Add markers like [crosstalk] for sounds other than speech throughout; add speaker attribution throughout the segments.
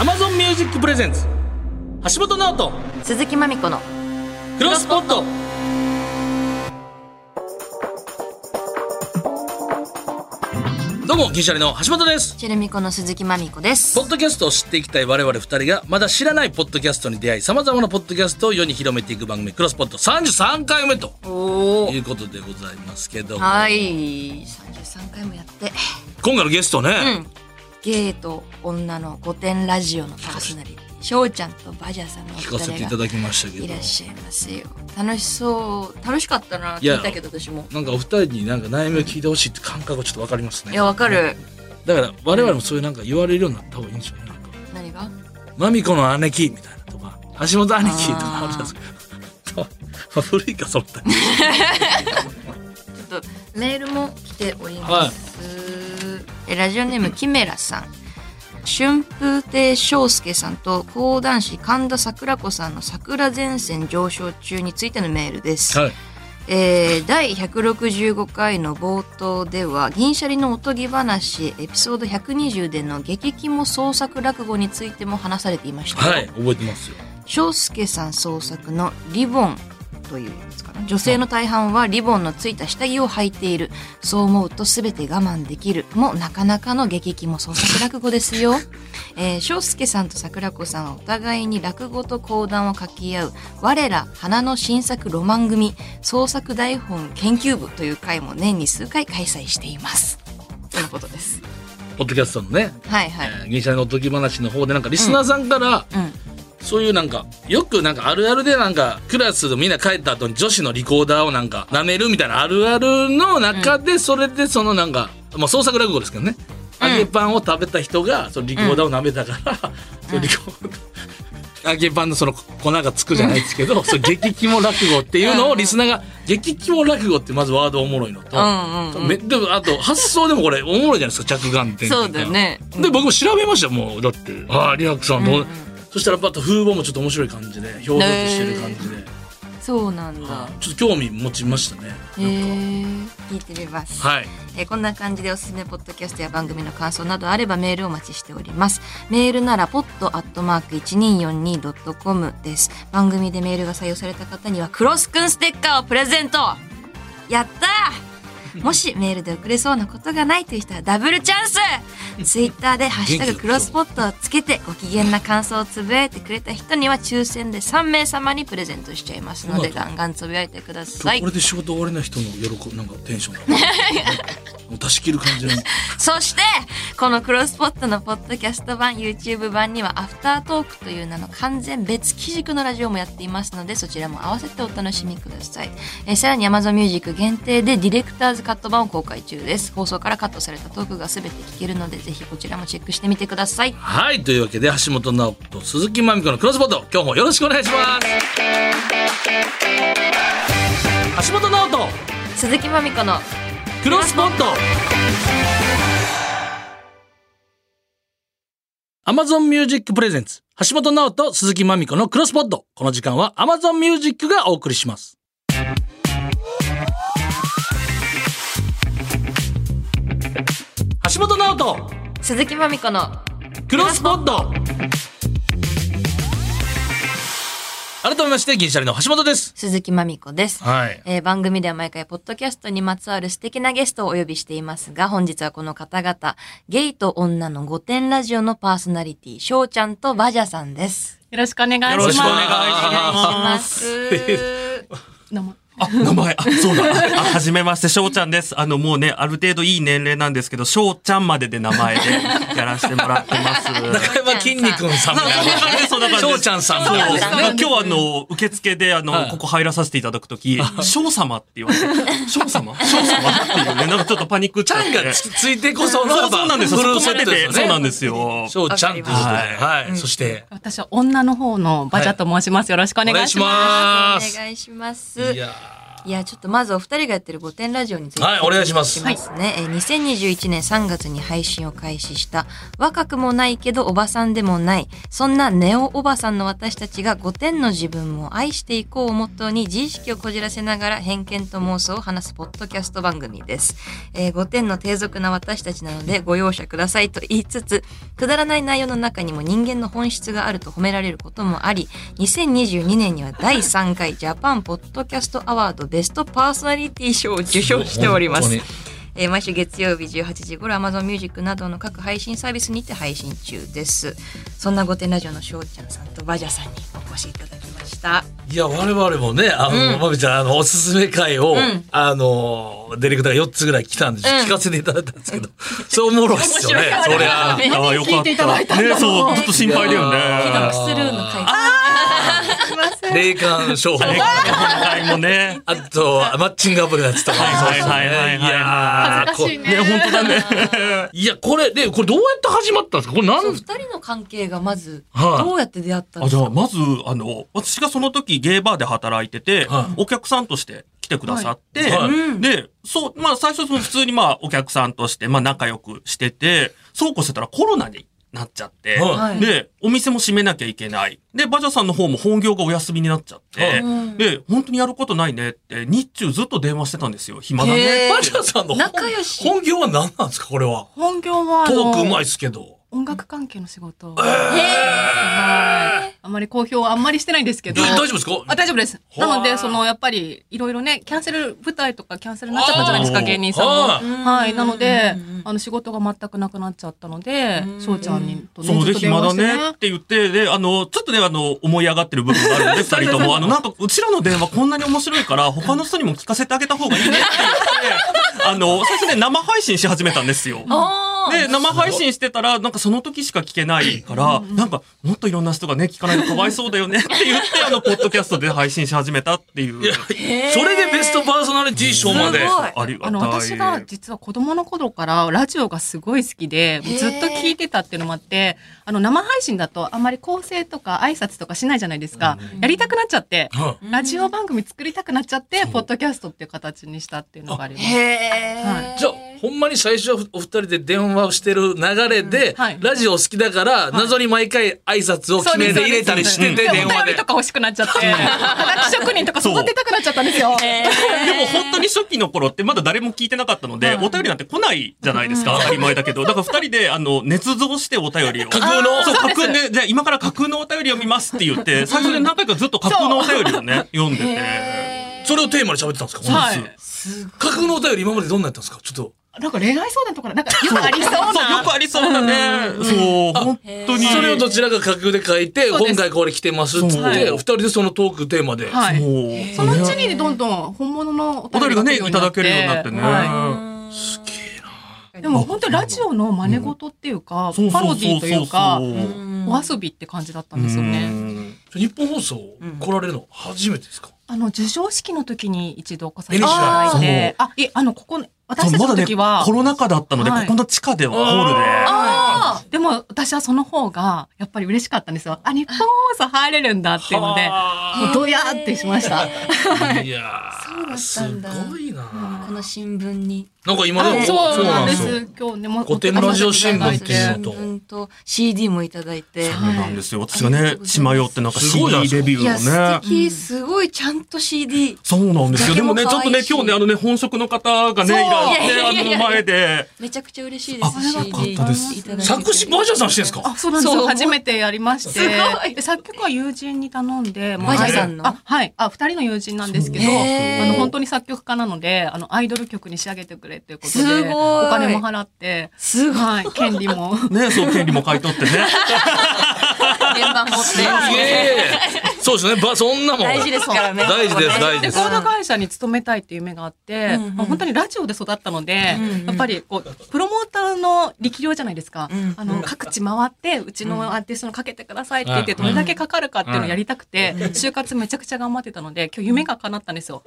Speaker 1: Amazon Music Presents 橋本直人
Speaker 2: 鈴木まみこの
Speaker 1: クロスポットどうも銀シャリの橋本です
Speaker 2: チェルミコの鈴木まみこです
Speaker 1: ポッドキャストを知っていきたい我々二人がまだ知らないポッドキャストに出会い様々なポッドキャストを世に広めていく番組クロスポット33回目と
Speaker 2: お
Speaker 1: いうことでございますけど
Speaker 2: はい33回もやって
Speaker 1: 今回のゲストね、
Speaker 2: うんゲーと女の御殿ラジオのパーソナリティ翔ちゃんとバジャーさんのお
Speaker 1: 聞かせて
Speaker 2: 二
Speaker 1: い
Speaker 2: 人
Speaker 1: た
Speaker 2: が
Speaker 1: だきましたけど
Speaker 2: いらっしゃいますよ楽しそう楽しかったない
Speaker 1: や
Speaker 2: 聞いたけど私も
Speaker 1: なんかお二人になんか悩みを聞いてほしいって感覚がちょっとわかりますね
Speaker 2: いやわかる
Speaker 1: だから我々もそういうなんか言われるようになった方がいいんですよねなんか
Speaker 2: 何が
Speaker 1: マミコの姉貴みたいなとか、橋本兄貴とかあるじゃないですか。そう古いか、それって。
Speaker 2: ちょっとメールも来ております、えラジオネームキメラさん春風亭昇介さんと講談師神田桜子さんの桜前線上昇中についてのメールです、
Speaker 1: はい。
Speaker 2: えー第165回の冒頭では銀シャリのおとぎ話エピソード120での激肝創作落語についても話されていましたよ
Speaker 1: はい、覚えてますよ。
Speaker 2: 翔介さん創作のリボンというやつかな女性の大半はリボンのついた下着を履いているそう思うと全て我慢できるもなかなかの激気も創作落語ですよ [laughs] えー翔介さんと桜子さんはお互いに落語と講談を書き合う「我ら花の新作ロマン組創作台本研究部」という会も年に数回開催していますとのことです
Speaker 1: ポッドキャストのね、
Speaker 2: はいはい、
Speaker 1: えー銀シャリのおとぎ話の方で、なんかリスナーさんから、
Speaker 2: うん
Speaker 1: そういうなんか、よくなんかあるあるでなんか、クラスでみんな帰った後に女子のリコーダーをなんか、舐めるみたいなあるあるの中で、それでそのなんか、まあ創作落語ですけどね。
Speaker 2: うん
Speaker 1: 揚げパンを食べた人が、そのリコーダーを舐めたから、そのリコーダー、揚げパンのその粉がつくじゃないですけ
Speaker 2: [laughs]
Speaker 1: ど、その激肝落語っていうのをリスナーが、激肝落語ってまずワードおもろいのと、
Speaker 2: うんうんうん
Speaker 1: めでもあと発想でもこれおもろいじゃないですか、着眼点っていか
Speaker 2: そうだねうん
Speaker 1: で、僕も調べましたよもう、だって。ああ、リラックさんどう、そしたらまた風貌もちょっと面白い感じで、表情としてる感じで、
Speaker 2: そうなんだ
Speaker 1: はいちょっと興味持ちましたね。
Speaker 2: へえー、聞いてみます
Speaker 1: はい。
Speaker 2: えーこんな感じでおすすめポッドキャストや番組の感想などあればメールをお待ちしております。メールなら pod.1242.com です。番組でメールが採用された方にはクロスくんステッカーをプレゼントやったーもしメールで送れそうなことがないという人はダブルチャンスツイッターで「ハッシュタグクロスポット」をつけてご機嫌な感想をつぶやいてくれた人には抽選で3名様にプレゼントしちゃいますのでガンガンつぶやいてくだ
Speaker 1: 今
Speaker 2: さ
Speaker 1: 日
Speaker 2: い
Speaker 1: これ。で仕事終わりの人の喜ぶ、なんかテンションが。 [laughs] もう出し切る感じの。
Speaker 2: そして、このクロスポットのポッドキャスト版、YouTube 版にはアフタートークという名の完全別基軸のラジオもやっていますので、そちらも合わせてお楽しみください。えーさらに Amazon Music 限定でディレクターズカット版を公開中です。放送からカットされたトークが全て聞けるので、ぜひこちらもチェックしてみてください。
Speaker 1: はい。というわけで、橋本直人、鈴木まみこのクロスポット、今日もよろしくお願いします。橋本直人、
Speaker 2: 鈴木まみこの、
Speaker 1: クロスポット Amazon Music Presents 橋本直人鈴木まみこのクロスポットこの時間は Amazon Music がお送りします橋本直人
Speaker 2: 鈴木まみこの、
Speaker 1: クロスポット改めまして銀シャリの橋本です
Speaker 2: 鈴木まみこです。
Speaker 1: はい
Speaker 2: えー番組では毎回ポッドキャストにまつわる素敵なゲストをお呼びしていますが、本日はこの方々、ゲイと女の御殿ラジオのパーソナリティ、翔ちゃんとバジャさんです。
Speaker 3: よろしくお願いします。
Speaker 1: よろしくお願いし
Speaker 2: ま
Speaker 1: ます
Speaker 2: す。
Speaker 3: どうも
Speaker 4: あ、名前、あ、そうだ。あ、はじめまして、しょうちゃんです。あの、もうね、ある程度いい年齢なんですけど、しょうちゃんまでで名前でやらせてもらってます。
Speaker 1: 中山きんに君さんみたいな
Speaker 4: そんな感じ
Speaker 1: 翔ちゃんさんみたいな
Speaker 4: そうです
Speaker 3: そう
Speaker 4: ね
Speaker 3: なん
Speaker 4: 今
Speaker 3: です
Speaker 4: 日はあの、受付であの、
Speaker 1: はい
Speaker 4: ここ入らさせていただくとき、翔様って言われて、翔様翔様っていうね、なんかちょっとパニックっちゃって。
Speaker 1: がつついてこその
Speaker 4: そうそうなんですよ。
Speaker 1: フ
Speaker 4: そ
Speaker 1: ル
Speaker 4: こ
Speaker 1: セ
Speaker 4: ま
Speaker 1: ッ
Speaker 4: で
Speaker 1: トですよね。
Speaker 4: で、そうなんですよ。
Speaker 1: しょうちゃんということで、
Speaker 4: はい
Speaker 1: はい。そして、
Speaker 3: 私は女の方のバジャと申します。よろしくお願いします。
Speaker 1: お願いしま
Speaker 2: お
Speaker 1: す。
Speaker 2: 願いします。
Speaker 1: いや
Speaker 2: いや、ちょっとまずお二人がやってる御殿ラジオについて。
Speaker 1: はいお願いします
Speaker 2: ますね。えー2021年3月に配信を開始した、若くもないけどおばさんでもない、そんなネオおばさんの私たちが御殿の自分も愛していこうをモットーに自意識をこじらせながら偏見と妄想を話すポッドキャスト番組です。えー、御殿の低俗な私たちなのでご容赦くださいと言いつつ、くだらない内容の中にも人間の本質があると褒められることもあり、2022年には第3回ジャパンポッドキャストアワードベストパーソナリティ賞を受賞しておりま
Speaker 1: 本当
Speaker 2: す
Speaker 1: に。
Speaker 2: えー毎週月曜日18時頃 Amazon Music などの各配信サービスにて配信中です。そんな御殿ラジオのしょうちゃんさんとバジャさんにお越しいただきました。
Speaker 1: いや、我々もね、あの、まみちゃん、あの、おすすめ会を、
Speaker 2: ん
Speaker 1: あの、ディレクターが4つぐらい来たんで、
Speaker 2: ん
Speaker 1: 聞かせていただいたんですけど、そうおもろいっすよね
Speaker 2: 面、
Speaker 1: そ
Speaker 2: 白い
Speaker 1: りゃ。
Speaker 2: ね
Speaker 4: ああ、よか
Speaker 3: 聞
Speaker 4: っ
Speaker 3: いていただいた
Speaker 4: た。
Speaker 3: んだ
Speaker 4: ね、そう、ちょっと心配だよね。
Speaker 1: あ
Speaker 2: するの回
Speaker 1: 霊感商法。
Speaker 4: 今回もね。
Speaker 1: あと、マッチングアプリのやつとか。
Speaker 4: はいはいはいはいはい
Speaker 1: やーこ
Speaker 3: 恥ずかしいね
Speaker 4: ね、本当だね。
Speaker 1: いや、これ、で、これどうやって始まったんですかこれなん
Speaker 2: そう、二人の関係がまず、
Speaker 1: はい
Speaker 2: どうやって出会ったん
Speaker 4: あ
Speaker 2: ですか
Speaker 4: じゃあまずあの私がその時ゲイバーで働いてて、
Speaker 1: はい
Speaker 4: お客さんとして来てくださって、
Speaker 1: はいはい
Speaker 2: うん
Speaker 4: でそうまあ最初その普通にまあお客さんとしてまあ仲良くしててそうこうしてたらコロナになっちゃって、
Speaker 1: はい
Speaker 4: でお店も閉めなきゃいけないでバジャさんの方も本業がお休みになっちゃって、
Speaker 1: はい
Speaker 2: うん
Speaker 4: で本当にやることないねって日中ずっと電話してたんですよ暇だね
Speaker 2: へー
Speaker 1: マジャさんの本
Speaker 2: 仲良し
Speaker 1: 本業は何なんですかこれは。
Speaker 3: 本業はあ
Speaker 1: トークう
Speaker 3: の
Speaker 1: まいっすけど。
Speaker 3: 音楽関係の仕事。はいあまり好評はあんまりしてないんですけ
Speaker 1: え
Speaker 3: ど。
Speaker 1: 大丈夫ですか
Speaker 3: あ大丈夫です。
Speaker 1: ほう
Speaker 3: なので、その、やっぱり、いろいろね、キャンセル、舞台とかキャンセルになっちゃったじゃないですか、
Speaker 1: あー
Speaker 3: 芸人さんも。
Speaker 1: は
Speaker 2: うん
Speaker 3: はい。なので
Speaker 2: うんうんうん、
Speaker 3: あの、仕事が全くなくなっちゃったので
Speaker 2: う、ん
Speaker 3: 翔ちゃんにとね
Speaker 4: そう
Speaker 3: ず
Speaker 4: で、
Speaker 3: っと電
Speaker 4: 暇
Speaker 3: 話
Speaker 4: だ
Speaker 3: して
Speaker 4: ねって言って、で、あの、ちょっとね、あの、思い上がってる部分があるんで、二人とも、あの、なんか、うちらの電話こんなに面白いから、他の人にも聞かせてあげた方がいいねって言って、あの、最初ね、生配信し始めたんですよ。
Speaker 2: あー
Speaker 4: で、生配信してたら、なんかその時しか聞けないから、なんか、もっといろんな人がね、聞かないとかわいそうだよねって言って、あの、ポッドキャストで配信し始めたっていう。
Speaker 1: いや、それでベストパーソナリティ賞まで。
Speaker 2: すごい
Speaker 4: ありがたい。
Speaker 3: あの、私が実は子供の頃からラジオがすごい好きで、
Speaker 2: へー
Speaker 3: ずっと聞いてたっていうのもあって、あの、生配信だとあんまり構成とか挨拶とかしないじゃないですか。やりたくなっちゃって、
Speaker 1: は
Speaker 3: ラジオ番組作りたくなっちゃって、ポッドキャストっていう形にしたっていうのがあります。
Speaker 2: へ
Speaker 3: はい
Speaker 2: ー
Speaker 1: いじゃあ、ほんまに最初はお二人で電話をしてる流れで、
Speaker 3: はい
Speaker 1: ラジオ好きだから、謎に毎回挨拶を
Speaker 3: そ
Speaker 1: 決
Speaker 3: うで
Speaker 1: め
Speaker 3: す
Speaker 1: て入れたりしてて、
Speaker 3: そうです
Speaker 1: 電話
Speaker 3: お便り
Speaker 1: で
Speaker 3: と。か欲しくなっちゃって、はがき職人とか育てたくなっちゃったんですよ。
Speaker 4: [laughs] でも本当に初期の頃ってまだ誰も聞いてなかったので、お便りなんて来ないじゃないですか。当たり前だけど。だから二人で、あの、捏造してお便りを。
Speaker 1: 架空の
Speaker 4: そう、
Speaker 3: そう
Speaker 4: 架
Speaker 3: です
Speaker 4: 空で、じゃあ今から架空のお便りを見ますって言って、最初で何回かずっと架空のお便りをね、読んでて。
Speaker 1: それをテーマに喋ってたんですか
Speaker 3: は
Speaker 1: 本
Speaker 3: い。
Speaker 1: 日架空のお便り今までどんなやったんですかちょっと。
Speaker 3: なんか恋愛相談とか、なんかよくありそうな。
Speaker 4: そう、よくありそうなね。そう、本当に。
Speaker 1: それをどちらか架空で書いて、
Speaker 3: そうです
Speaker 1: 今回これ来てますって言っ
Speaker 3: はい
Speaker 1: て、お二人でそのトークテーマで。
Speaker 3: はい。
Speaker 4: もう、
Speaker 3: そのうちにどんどん本物の
Speaker 4: お便りがね、いただけるようになって
Speaker 3: る
Speaker 4: ね。
Speaker 3: ようになってはいでも本当にラジオの真似事っていうか、
Speaker 4: そう
Speaker 3: パ
Speaker 4: そ
Speaker 3: ロ
Speaker 4: う
Speaker 3: ディ
Speaker 4: そう
Speaker 3: と
Speaker 4: そ
Speaker 3: いううか
Speaker 4: そ、
Speaker 3: お
Speaker 4: う。
Speaker 3: 遊びって感じだったん
Speaker 4: う
Speaker 3: ですよね。
Speaker 4: ん
Speaker 1: 日本放送来られるの初めてですか
Speaker 3: あの、授賞式の時に一度お越させていただいて、あ、いえ、あの、ここ、私たち
Speaker 4: ま
Speaker 3: の
Speaker 4: だね、
Speaker 3: 時は
Speaker 4: コ、ロナ禍だったので、こ
Speaker 3: はい
Speaker 4: この地下では、ホールで。
Speaker 3: あーでも私はその方が、やっぱり嬉しかったんですよ。あ、日本放送入れるんだっていうので、
Speaker 1: は
Speaker 3: もうドヤーってしました。
Speaker 1: あいやー、
Speaker 2: そ
Speaker 1: す
Speaker 2: うだったんだ
Speaker 1: ごいな
Speaker 2: この新聞に
Speaker 1: なんか今でも
Speaker 3: あそうなんで
Speaker 1: よ
Speaker 3: す。今日ね、も
Speaker 1: 古典ラジオ新聞っていうのと
Speaker 2: 新聞と CD もいただいて
Speaker 4: そうなんですよ。私が
Speaker 2: ありがと
Speaker 4: ね
Speaker 2: う、ござ
Speaker 4: 血
Speaker 2: います
Speaker 4: 迷ってなんか
Speaker 1: すごいじゃない
Speaker 4: CD
Speaker 1: ですか
Speaker 4: デビュ
Speaker 2: いや
Speaker 4: ーの
Speaker 2: 素
Speaker 4: ね。
Speaker 2: 敵すごいちゃんと CD
Speaker 4: そうなんですよ。でもね、
Speaker 2: ジ
Speaker 4: ち
Speaker 2: ャケも可
Speaker 4: ょっと
Speaker 2: 愛い
Speaker 4: ね
Speaker 2: し、
Speaker 4: 今日ね、あのね、本職の方がね、い
Speaker 2: そう
Speaker 4: らっ
Speaker 2: いやいやいやい
Speaker 4: て、あ
Speaker 2: や
Speaker 4: の前で。
Speaker 2: めちゃくちゃ嬉しいです
Speaker 4: あ
Speaker 2: CD
Speaker 4: よかったです
Speaker 2: いただいて
Speaker 1: 作詞バージャーさんしてんすか
Speaker 3: あ、そうなんです
Speaker 2: そう
Speaker 3: よ。初めてやりまして。
Speaker 2: すごい
Speaker 3: で作曲は友人に頼んで、
Speaker 2: マ
Speaker 1: ジャ
Speaker 3: あ
Speaker 1: さん
Speaker 2: の
Speaker 3: あ、はい。あ、二人の友人なんですけど、
Speaker 2: そう
Speaker 3: あの、本
Speaker 2: へ
Speaker 3: 当に作曲家なので、あの、アイドル曲に仕上げてくれっていうことで、
Speaker 2: すごい
Speaker 3: お金も払って、
Speaker 2: すごい
Speaker 3: はい、権
Speaker 2: [laughs]
Speaker 3: 利も。
Speaker 4: ね、そう、権利も買い取 [laughs] ってね。
Speaker 2: 鍵盤持っ
Speaker 1: すげ
Speaker 2: て
Speaker 1: えそうですねばそんなもん
Speaker 2: 大事ですからね
Speaker 1: 大事です大事
Speaker 3: レ
Speaker 1: で
Speaker 3: コ
Speaker 1: す
Speaker 3: ード会社に勤めたいっていう夢があって、
Speaker 2: うんうん
Speaker 3: まあ本当にラジオで育ったので、
Speaker 2: うんうん
Speaker 3: やっぱりこう、プロモーターの力量じゃないですか。
Speaker 2: うん
Speaker 3: あの、各地回って、うちのアーティストのかけてくださいって言って、
Speaker 1: うん
Speaker 3: どれだけかかるかっていうのをやりたくて、就活めちゃくちゃ頑張ってたので、今日夢が叶ったんで
Speaker 2: [laughs]
Speaker 3: すよ。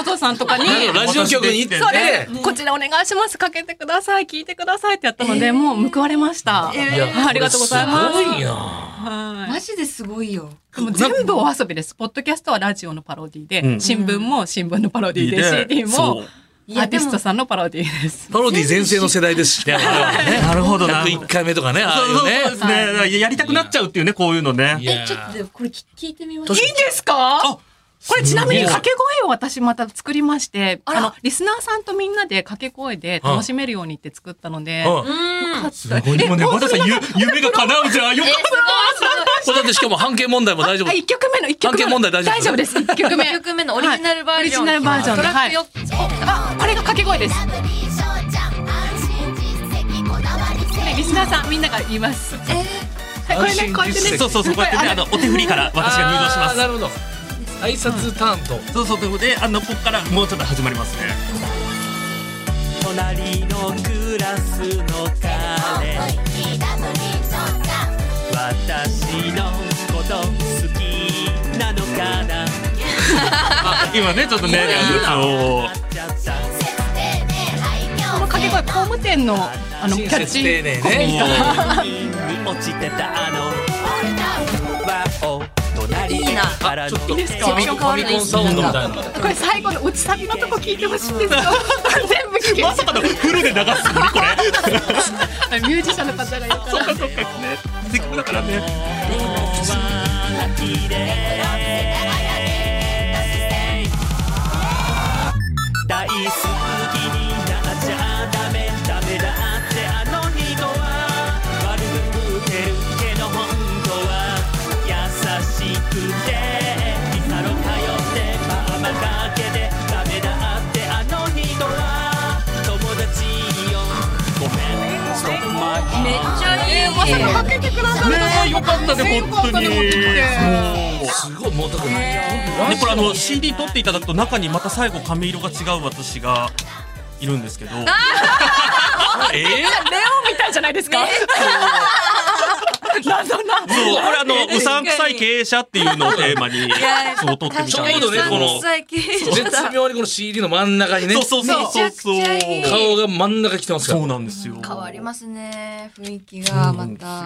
Speaker 3: お父さんとかに、 [laughs]
Speaker 1: なんかラジオ局に行って
Speaker 3: そうです、こちらお願いします、かけてください、聞いてくださいってやったので、もう報われました。
Speaker 2: えー
Speaker 1: いや
Speaker 3: はいありがとうございます
Speaker 1: これすごいな
Speaker 3: はい
Speaker 2: マジですごいよ
Speaker 3: でも全部お遊びです。ポッドキャストはラジオのパロディで、
Speaker 4: うん
Speaker 3: 新聞も新聞のパロディで、CD
Speaker 4: そ
Speaker 3: も
Speaker 4: う
Speaker 2: い
Speaker 3: ア
Speaker 2: や
Speaker 3: ーテ
Speaker 2: で
Speaker 3: ィス
Speaker 2: も
Speaker 3: トさんのパロディです。
Speaker 1: パロディ全盛の世代ですしね。な
Speaker 4: なるほどな
Speaker 1: 101回目とかね、ああい
Speaker 4: そう
Speaker 1: う
Speaker 4: そうで
Speaker 1: ね。
Speaker 4: すね。だからやりたくなっちゃうっていうね、こういうのね。
Speaker 1: い
Speaker 2: え
Speaker 1: や
Speaker 2: ちょっとでもこれ聞聞いてみます
Speaker 1: 確
Speaker 3: いいんですか
Speaker 4: あ
Speaker 3: これちなみに
Speaker 1: すごい
Speaker 3: 掛け声を私また作りまして、
Speaker 2: あら
Speaker 3: あの、リスナーさんとみんなで掛け声で楽しめるようにって作ったので、
Speaker 1: うん
Speaker 2: うーん
Speaker 3: 勝
Speaker 4: すごい。でもね、和田さん、ゆ夢が叶うじゃん。よか
Speaker 2: え
Speaker 4: っ
Speaker 2: す
Speaker 1: これだってしかも半径問題も大丈夫
Speaker 3: あ、。一曲目の一曲目の。
Speaker 1: 関係問題大丈夫
Speaker 3: 大丈夫です。一曲
Speaker 2: ご
Speaker 3: 目
Speaker 2: い。曲目のオリジナルバージョン、
Speaker 3: はいオリジナルバージョン
Speaker 2: ト
Speaker 3: で
Speaker 2: ラックよ、
Speaker 3: あ、これが掛け声です。
Speaker 5: ブリー翔ちゃん安心実績こだわり
Speaker 3: ねリスナーさんみんなが言います。
Speaker 2: えー
Speaker 3: はいこれね、こうや
Speaker 1: 安
Speaker 3: って
Speaker 1: 心実
Speaker 3: ね
Speaker 1: 績。
Speaker 4: た。そうそうそう、こうやってね、あの、お手振りから私が入場しま
Speaker 1: あー
Speaker 4: す
Speaker 1: な。るほど。挨拶ターンと。
Speaker 4: そうそうということであのここからもうちょっと始まりますね隣のクラスの彼
Speaker 5: リーダブリー翔ちゃん
Speaker 4: 私のこと好きなのかな今ねちょっとねあの
Speaker 5: 親切丁寧愛嬌
Speaker 3: この掛け声、工務店の、あの、キ
Speaker 1: 親
Speaker 3: ャ
Speaker 1: 切
Speaker 3: ッ
Speaker 1: 丁
Speaker 3: チ。
Speaker 1: 寧
Speaker 4: コ
Speaker 1: ね。
Speaker 4: ミカ
Speaker 6: 落ちてたあの輪を
Speaker 2: い
Speaker 6: 隣
Speaker 2: いな
Speaker 6: から
Speaker 1: ちょっと
Speaker 3: いいですか
Speaker 1: ファミコンファミコンサウンドみたいな。
Speaker 3: これ最後の落ちサビのとこ聞いてほしいん
Speaker 4: [laughs]
Speaker 3: ですよ。全部聞ける
Speaker 4: まさかのフル
Speaker 3: [laughs]
Speaker 4: で流すのねこれ
Speaker 3: ミュージシャンの方がいるから。
Speaker 4: せっかくだからね
Speaker 6: 大好きになっちゃダメダメだってあの人は悪く打てるけど本当は優しくてピサロ通ってパーマかけてダメだってあの人は友達よごめん Stop my heart
Speaker 2: めっちゃいい、まさ
Speaker 3: かけてくださ
Speaker 4: ねえよかったね本当に
Speaker 3: 全国で
Speaker 4: もう
Speaker 1: すごい、もうだから
Speaker 4: でこれあの CD 取っていただくと中にまた最後髪色が違う私がいるんですけど
Speaker 1: え
Speaker 4: [laughs]
Speaker 3: レオンみたいじゃないですか。 [laughs] 謎な。
Speaker 4: そうこれあのうさんくさい経営者っていうのをテーマに
Speaker 2: や
Speaker 4: そう取ってみたんです
Speaker 1: ちょうどねこの
Speaker 2: 3歳経営
Speaker 1: ー
Speaker 2: 者
Speaker 1: 絶
Speaker 2: だ
Speaker 1: 妙にこの CD の真ん中にね
Speaker 4: そう、そうそうそう
Speaker 2: め
Speaker 4: そう
Speaker 2: ちゃくちゃいい
Speaker 1: 顔が真ん中来てますから
Speaker 4: そ。うなんですよ
Speaker 2: 変わりますね雰囲気がまた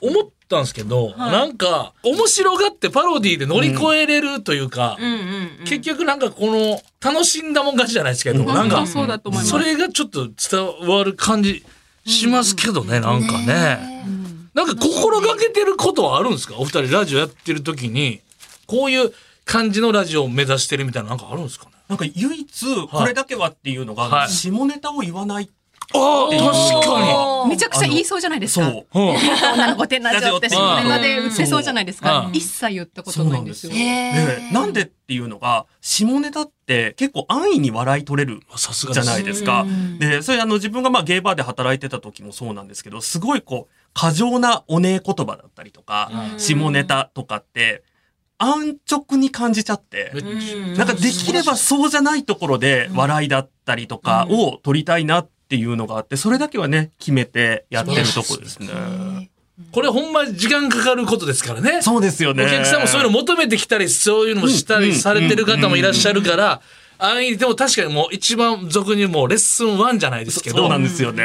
Speaker 1: 思ったんですけど、なんか、面白がってパロディで乗り越えれるというか、
Speaker 2: うんうんうん
Speaker 1: 結局なんかこの、楽しんだもん勝ちじゃないですけど、なんか、
Speaker 3: そうだと思います。
Speaker 1: それがちょっと伝わる感じしますけどね、なんかね。
Speaker 2: え
Speaker 1: なんか心がけてることはあるんですかお二人ラジオやってる時に、こういう感じのラジオを目指してるみたいななんかあるんですかね
Speaker 4: なんか唯一これだけはっていうのが、
Speaker 1: はい
Speaker 4: 下ネタを言わないって
Speaker 1: ああ、確か
Speaker 2: おー
Speaker 3: めちゃくちゃ言いそうじゃないです
Speaker 4: そ
Speaker 3: か。
Speaker 4: う
Speaker 1: に。うん
Speaker 3: 女の子手なじょってそのまで
Speaker 2: うん
Speaker 3: 売ってそうじゃないです
Speaker 1: う
Speaker 3: か
Speaker 1: ん。
Speaker 3: 一切言ったことないんですよ。
Speaker 4: そう
Speaker 2: へ
Speaker 4: で
Speaker 2: ー
Speaker 4: なんでっていうのが下ネタって結構安易に笑い取れる
Speaker 1: さすが
Speaker 4: じゃない
Speaker 1: で
Speaker 4: ですか
Speaker 2: うん。
Speaker 4: で、それあの自分がまあゲイバーで働いてた時もそうなんですけど、すごいこう、過剰なおねえ言葉だったりとか、
Speaker 1: す。
Speaker 4: 下ネタとかって、安直に感じちゃって、
Speaker 1: めっちゃ
Speaker 4: なんかできればそうじゃないところで笑いだったりとかを取りたいなっていうのがあって、それだけはね、決めてやってるところですね。
Speaker 1: これほんま時間かかることですからね。
Speaker 4: そうですよね。
Speaker 1: お客さんもそういうの求めてきたり、そういうのもした
Speaker 4: うん
Speaker 1: り
Speaker 4: うん
Speaker 1: されてる方もいらっしゃるから、安易に、でも確かにもう一番俗に言うもうレッスン1じゃないですけ
Speaker 4: そ
Speaker 1: ど
Speaker 4: うな、んですよね。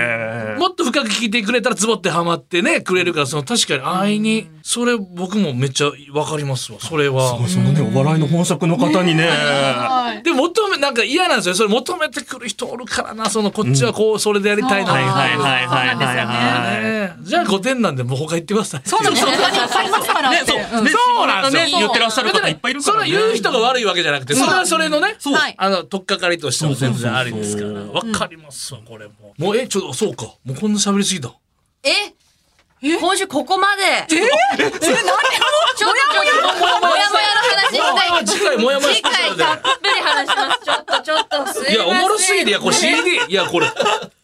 Speaker 1: もっと深く聞いてくれたらズボってハマってね、くれるから、その確かに安易に、それ僕もめっちゃわかりますわ、それは。
Speaker 4: そのね、お笑いの本職の方にね、
Speaker 3: はい
Speaker 1: で、求め、なんか嫌なんですよ。それ求めてくる人おるからな、そのこっちはこう、それでやりたいな。
Speaker 4: はいはいはいはい
Speaker 3: そうなんですよね
Speaker 4: はいはい。
Speaker 1: ねじゃあ5点なんで、もう他行ってください。そうなんです
Speaker 3: 他 [laughs] にいっぱいいますからって。うん
Speaker 4: ね
Speaker 1: そうなんですよ
Speaker 4: ね言ってらっしゃる方いっぱいいるからね。
Speaker 1: その言う人が悪いわけじゃなくて、それはそれのね、
Speaker 4: そう
Speaker 3: はい
Speaker 1: あの、とっかかりとしても全然ありですから。
Speaker 4: そうそう
Speaker 1: わかりますわ、これも。もう、え、ちょっと、そうか。もうこんな喋りすぎた。
Speaker 2: え今週ここまでえそれ何ちょっとちょっともやもや
Speaker 1: も
Speaker 2: の話
Speaker 1: やもや
Speaker 2: し
Speaker 1: 次回もやも
Speaker 2: た
Speaker 1: や
Speaker 2: い
Speaker 1: ス
Speaker 2: 次
Speaker 1: ペシャル
Speaker 2: 回
Speaker 1: で。
Speaker 2: たっぷり話しますちょっとちょっとすいません
Speaker 1: いや、おもろすぎて、いや、これ CD、いや、これ、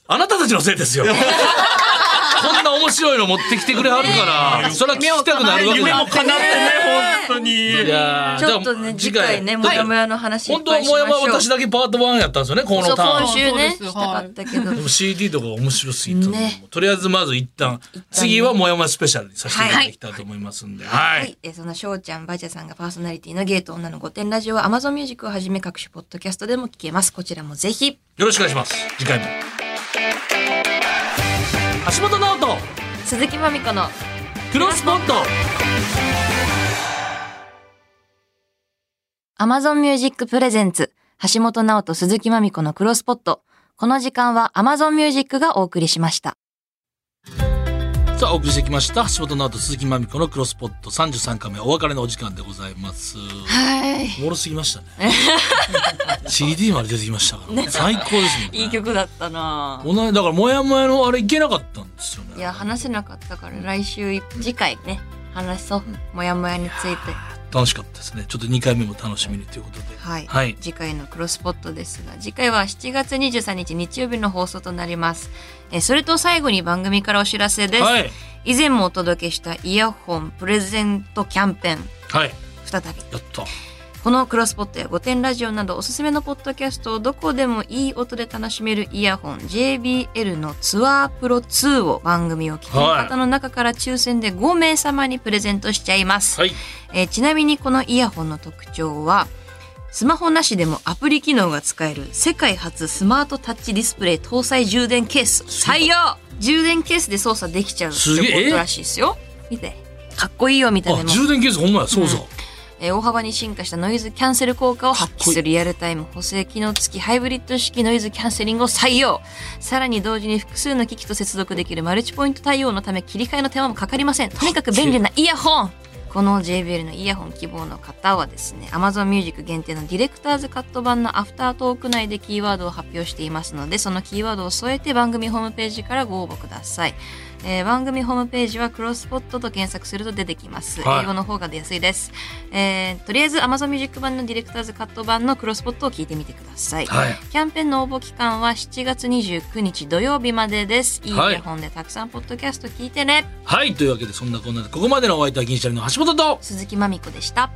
Speaker 1: あなたたちのせいです
Speaker 2: [laughs]
Speaker 1: よ。こんな面白いの持ってきてくれはるから、それは聞きたくなるわけ
Speaker 4: 夢も
Speaker 1: だ。
Speaker 4: 叶ってね、本当に。
Speaker 1: いやー
Speaker 2: ちょっとね次回ねもやもやの話いっ
Speaker 1: 本当
Speaker 2: ぱ
Speaker 1: はい
Speaker 2: しま
Speaker 1: も
Speaker 2: しょ
Speaker 1: や
Speaker 2: う
Speaker 1: もや私だけパート1やったんですよね、こ
Speaker 2: そ
Speaker 1: の
Speaker 2: う
Speaker 1: ターン
Speaker 2: 今。週ね
Speaker 3: そうです
Speaker 2: したかったけど
Speaker 1: でも CD とか面白すぎたので、
Speaker 2: ね
Speaker 1: とりあえずまず一旦次はもやもやスペシャルにさせていただきたいと思いますんで、はい
Speaker 2: はい、えーそのしょうちゃん、ばあちゃんさんがパーソナリティのゲート女の御殿ラジオは Amazon Music をはじめ各種ポッドキャストでも聞けます。こちらもぜひ。
Speaker 1: よろしくお願いします次回も橋本直人
Speaker 2: 鈴木まみこの
Speaker 1: クロスポット
Speaker 2: Amazon Music Presents 橋本直人鈴木まみ子のクロスポット。この時間は Amazon Music がお送りしました。
Speaker 1: さあ、お送りしてきました。橋本の後、鈴木まみ子のクロスポット33回目、お別れのお時間でございます。
Speaker 2: はい。
Speaker 1: おもろすぎましたね。CD まで出てきましたから、最高ですもんね。
Speaker 2: いい曲だったな
Speaker 1: 同じだから、もやもやのあれいけなかったんですよね。
Speaker 2: いや、話せなかったから来週、次回ね、話そう。もやもやについて。
Speaker 1: 楽しかったですね。ちょっと2回目も楽しみにということで。
Speaker 2: はい。
Speaker 1: はい。
Speaker 2: 次回のクロスポットですが、次回は7月23日日曜日の放送となります。えーそれと最後に番組からお知らせです。
Speaker 1: はい。
Speaker 2: 以前もお届けしたイヤホンプレゼントキャンペーン、
Speaker 1: はい。
Speaker 2: 再び。
Speaker 1: やった。
Speaker 2: このクロスポットや御殿ラジオなどおすすめのポッドキャストをどこでもいい音で楽しめるイヤホン JBL のツアープロ2を番組を聞く方の中から抽選で5名様にプレゼントしちゃいます、
Speaker 1: はい。
Speaker 2: えーちなみにこのイヤホンの特徴はスマホなしでもアプリ機能が使える世界初スマートタッチディスプレイ搭載充電ケース採用充電ケースで操作できちゃうってことらしいですよ見てかっこいいよ見た目
Speaker 1: あ、
Speaker 2: も
Speaker 1: 充電ケースほんまや、そうそう。
Speaker 2: えー大幅に進化したノイズキャンセル効果を発揮するリアルタイム補正機能付きハイブリッド式ノイズキャンセリングを採用さらに同時に複数の機器と接続できるマルチポイント対応のため切り替えの手間もかかりませんとにかく便利なイヤホンこの JBL のイヤホン希望の方はですね Amazon Music 限定のディレクターズカット版のアフタートーク内でキーワードを発表していますのでそのキーワードを添えて番組ホームページからご応募ください、えー番組ホームページはクロスポットと検索すると出てきます、
Speaker 1: はい
Speaker 2: 英語の方が出やすいです、えーとりあえず Amazon Music 版のディレクターズカット版のクロスポットを聞いてみてください、
Speaker 1: はい。
Speaker 2: キャンペーンの応募期間は7月29日土曜日までですいい
Speaker 1: はい
Speaker 2: イヤホンでたくさんポッドキャスト聞いてね、
Speaker 1: はい。というわけで、そんなこんなで、ここまでのお相手は銀シャリの橋本と、
Speaker 2: 鈴木まみこでした